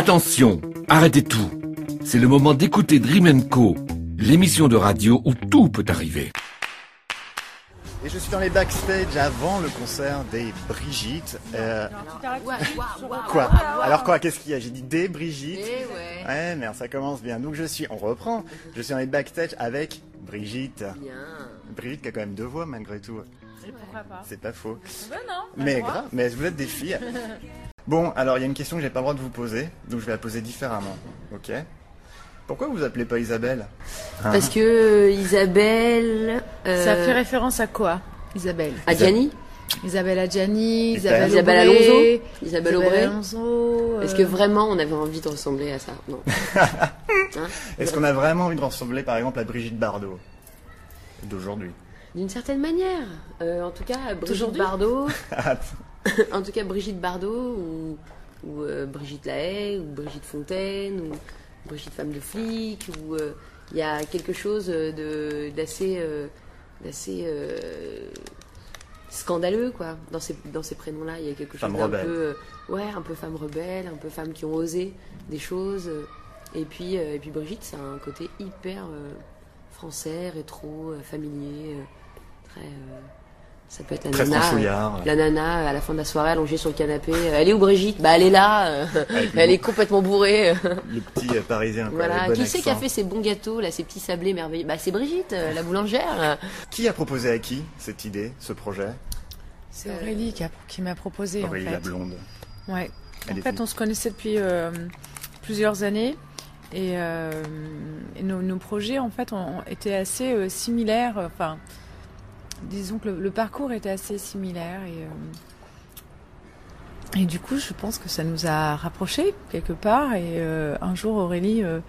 Attention, arrêtez tout. C'est le moment d'écouter Dream Co, l'émission de radio où tout peut arriver. Et je suis dans les backstage avant le concert des Brigitte. Euh, quoi Alors quoi Qu'est-ce qu'il y a J'ai dit des Brigitte. Ah, Eh ouais. Ouais, merde, ça commence bien. Donc je suis, on reprend. Je suis dans les backstage avec Brigitte. Bien. Brigitte qui a quand même deux voix malgré tout. Pourquoi pas C'est pas faux. Ben non. pas Mais le droit. grave, mais vous êtes des filles. Bon, alors il y a une question que j'ai pas le droit de vous poser, donc je vais la poser différemment. Ok Pourquoi vous appelez pas Isabelle Parce que euh, Isabelle. euh, Ça fait référence à quoi Isabelle. Adjani Isabelle Adjani, Isabelle. Isabelle, Isabelle Aubrey, Alonso Isabelle Aubray Alonso. euh, Est-ce que vraiment on avait envie de ressembler à ça Non. Hein Est-ce qu'on a vraiment envie de ressembler par exemple à Brigitte Bardot D'aujourd'hui. D'une certaine manière. Euh, en tout cas, Brigitte D'aujourd'hui Bardot. Attends. en tout cas, Brigitte Bardot ou, ou euh, Brigitte Lahaye ou Brigitte Fontaine ou Brigitte Femme de Flic. Ou euh, il y a quelque chose de d'assez euh, d'assez euh, scandaleux quoi dans ces dans ces prénoms là. Il y a quelque chose Femme d'un peu rebelle. euh, ouais un peu femme rebelle, un peu femme qui ont osé des choses. euh, et puis euh, et puis Brigitte, ça a un côté hyper euh, français, rétro, euh, familier, euh, très. euh, ça peut être la Très nana, franchouillard. euh, la nana euh, à la fin de la soirée allongée sur le canapé. euh, Elle est où Brigitte Bah elle est là. euh, Avec le elle beau- est complètement bourrée. Le petit euh, parisien. quoi, voilà. le bon Qui c'est qui a accent. fait ces bons gâteaux là, ces petits sablés merveilleux Bah c'est Brigitte, euh, la boulangère. Qui a proposé à qui cette idée, ce projet C'est Aurélie qui, a- qui m'a proposé Aurélie en la fait. blonde. Ouais. Elle En est fait, venue. on se connaissait depuis euh, plusieurs années et, euh, et nos, nos projets en fait ont, ont été assez euh, similaires. Enfin, disons que le, le parcours était assez similaire et euh, et du coup, je pense que ça nous a rapprochés quelque part. Et euh, un jour, Aurélie euh,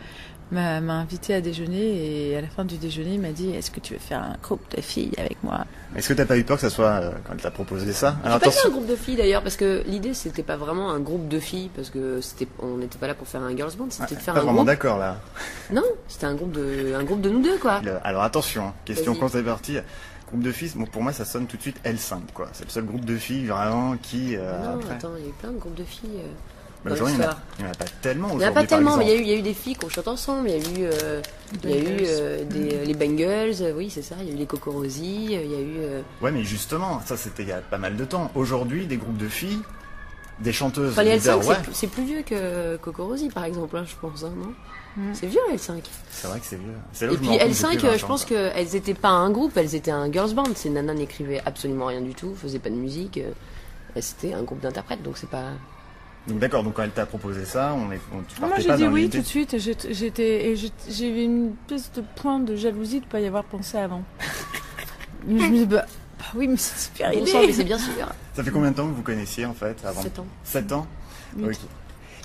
m'a m'a invité à déjeuner et à la fin du déjeuner, il m'a dit Est-ce que tu veux faire un groupe de filles avec moi Est-ce que t'as pas eu peur que ça soit euh, quand elle t'a proposé ça J'ai pas fait un groupe de filles d'ailleurs parce que l'idée c'était pas vraiment un groupe de filles parce que c'était on n'était pas là pour faire un girls band, c'était de pas faire un vraiment groupe. Ah. d'accord là. Non, c'était un groupe de un groupe de nous deux quoi. Le- Alors attention, hein, question Vas-y. quand c'est parti. Groupe de fils, bon, pour moi ça sonne tout de suite L5 quoi. C'est le seul groupe de filles vraiment qui. euh, Ah non, après- attends, il y a eu plein de groupes de filles. euh, Mais dans aujourd'hui, il y en a- l'histoire. il n'y en, a pas tellement Il aujourd'hui. n'y en a pas par tellement, mais il y, a exemple. eu, il y a eu des filles qu'on chante ensemble. Il y a eu, euh, il y a eu Bangles. euh, des, euh, les Bangles, euh, oui, c'est ça. Il y a eu les Cocorosi, euh, il y a eu. euh, Ouais, mais justement, ça c'était il y a pas mal de temps. Aujourd'hui, des groupes de filles, des chanteuses. Enfin, les leaders, L5, ouais. c'est plus- c'est plus vieux que Cocorosi, par exemple, hein, je pense, hein, non C'est vieux, L5. C'est vrai que c'est vieux. C'est là Et où Mm. je me puis rends compte que L5, plus hein. euh, je longtemps, pense quoi. qu'elles étaient pas un groupe, elles étaient un girls band. Ces nanas n'écrivaient absolument rien du tout, faisaient pas de musique. euh, elles- C'était un groupe d'interprètes, donc c'est pas. Donc d'accord, donc quand elle t'a proposé ça, on est, on, tu Ah, Moi partais j'ai pas dit dans oui l'idée- tout de suite et j'ai- j'étais et j'ai- j'ai eu une espèce de point de jalousie de ne pas y avoir pensé avant. Mais je me dis bah, bah oui mais c'est super Bon sang, mais idée. c'est bien sûr. Ça fait combien de temps que vous connaissiez en fait Ah, avant 7 ans. 7 ans Ok.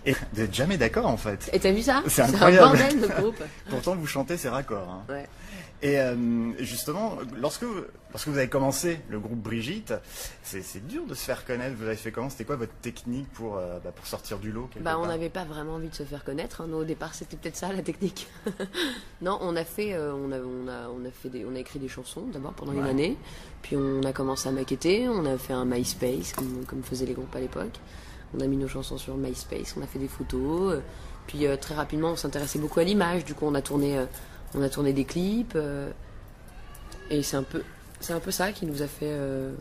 Et vous n'êtes jamais d'accord en fait. Et t'as vu ça C'est un incroyable. bordel de groupe. Pourtant vous chantez ces raccords. hein. Ouais. Et euh, justement, lorsque, lorsque vous avez commencé le groupe Brigitte, c'est c'est dur de se faire connaître. Vous avez fait comment C'était quoi votre technique pour, euh, bah, pour sortir du lot quelque Bah, on part n'avait pas vraiment envie de se faire connaître. hein. Nous, au départ, c'était peut-être ça la technique. non, on a fait, euh, on a, on a, on a fait des, on a écrit des chansons d'abord pendant une Ouais. année, puis on a commencé à maqueter. On a fait un MySpace comme, comme faisaient les groupes à l'époque. On a mis nos chansons sur MySpace. On a fait des photos. euh, puis euh, très rapidement, on s'intéressait beaucoup à l'image. Du coup, on a tourné, euh, on a tourné des clips. euh, et c'est un peu, c'est un peu ça qui nous a fait. euh,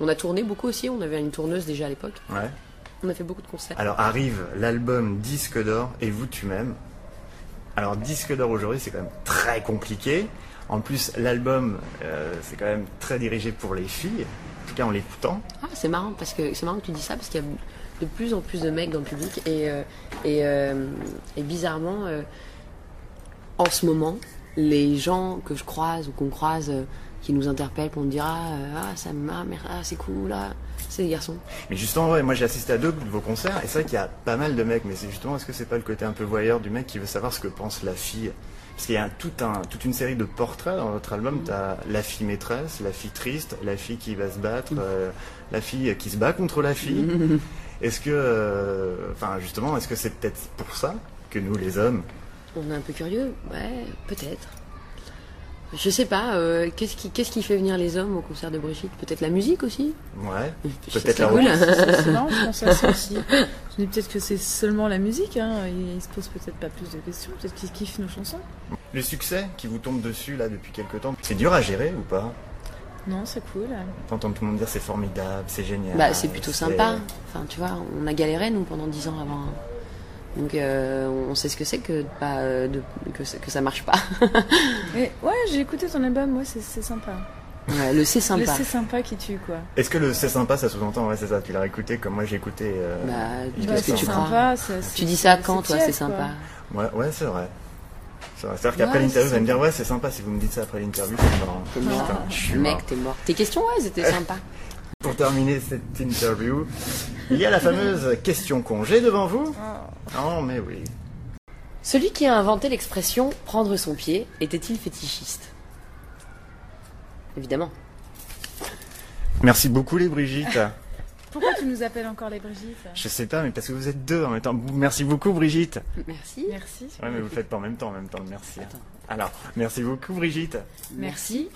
on a tourné beaucoup aussi. On avait une tourneuse déjà à l'époque. Ouais. On a fait beaucoup de concerts. Alors arrive l'album Disque d'or et vous tu m'aimes. Alors Disque d'or aujourd'hui c'est quand même très compliqué. En plus l'album euh, c'est quand même très dirigé pour les filles. En tout cas en l'écoutant. Ah, c'est marrant parce que c'est marrant que tu dis ça parce qu'il y a de plus en plus de mecs dans le public et euh, et, euh, et bizarrement euh, en ce moment les gens que je croise ou qu'on croise euh, qui nous interpellent pour me dire ah, euh, ah ça m'a mais ah, c'est cool là c'est des garçons Mais justement ouais, moi j'ai assisté à deux de vos concerts et c'est vrai qu'il y a pas mal de mecs. Mais c'est justement est-ce que c'est pas le côté un peu voyeur du mec qui veut savoir ce que pense la fille parce qu'il y a un- tout un, toute une série de portraits dans votre album. T'as la fille maîtresse, la fille triste, la fille qui va se battre, euh, la fille qui se bat contre la fille. Est-ce que, euh, enfin justement, est-ce que c'est peut-être pour ça que nous les hommes, on est un peu curieux ouais peut-être Je sais pas, euh, qu'est-ce qui, qu'est-ce qui fait venir les hommes au concert de Brigitte Peut-être la musique aussi Ouais. Ça, Peut-être c'est la cool. Non, je pense à ça aussi. Je me dis peut-être que c'est seulement la musique. Hein. Ils se posent peut-être pas plus de questions. Peut-être qu'ils kiffent nos chansons. Le succès qui vous tombe dessus là depuis quelques temps, c'est dur à gérer ou pas Non, c'est cool. T'entends tout le monde dire c'est formidable, c'est génial. Bah, c'est plutôt sympa. Enfin, tu vois, on a galéré, nous, pendant 10 ans avant. Donc, euh, on sait ce que c'est que, de pas, euh, de, que, ça- que ça marche pas. Et ouais, j'ai écouté ton album. Ouais, c'est c'est sympa. Ouais, le c'est Mais sympa. C'est sympa qui tue, quoi. Est-ce que le c'est sympa ça sous-entend Ouais, c'est ça, tu l'as écouté comme moi j'ai écouté. euh, Bah, Il Ouais, qu'est-ce c'est que tu crois sympa, ça- c'est- Tu dis ça c'est- quand, toi, tiède, c'est sympa Ouais, ouais, c'est vrai. C'est vrai. C'est-à-dire qu'après Ouais, l'interview, vous c'est allez me dire, ouais, c'est sympa si vous me dites ça après l'interview, c'est marrant. T'es mort. Putain, je suis mort. Mec, t'es mort. Tes questions, ouais, c'était sympa. Pour terminer cette interview, il y a la fameuse question congé devant vous. Non, mais oui. Celui qui a inventé l'expression prendre son pied était-il fétichiste Évidemment. Merci beaucoup, les Brigitte. Pourquoi tu nous appelles encore les Brigitte Je sais pas, mais parce que vous êtes deux en même temps. Merci beaucoup, Brigitte. Merci. Merci. Ouais, mais vous le faites pas en même temps, en même temps, le merci. Attends. Alors, merci beaucoup, Brigitte. Merci.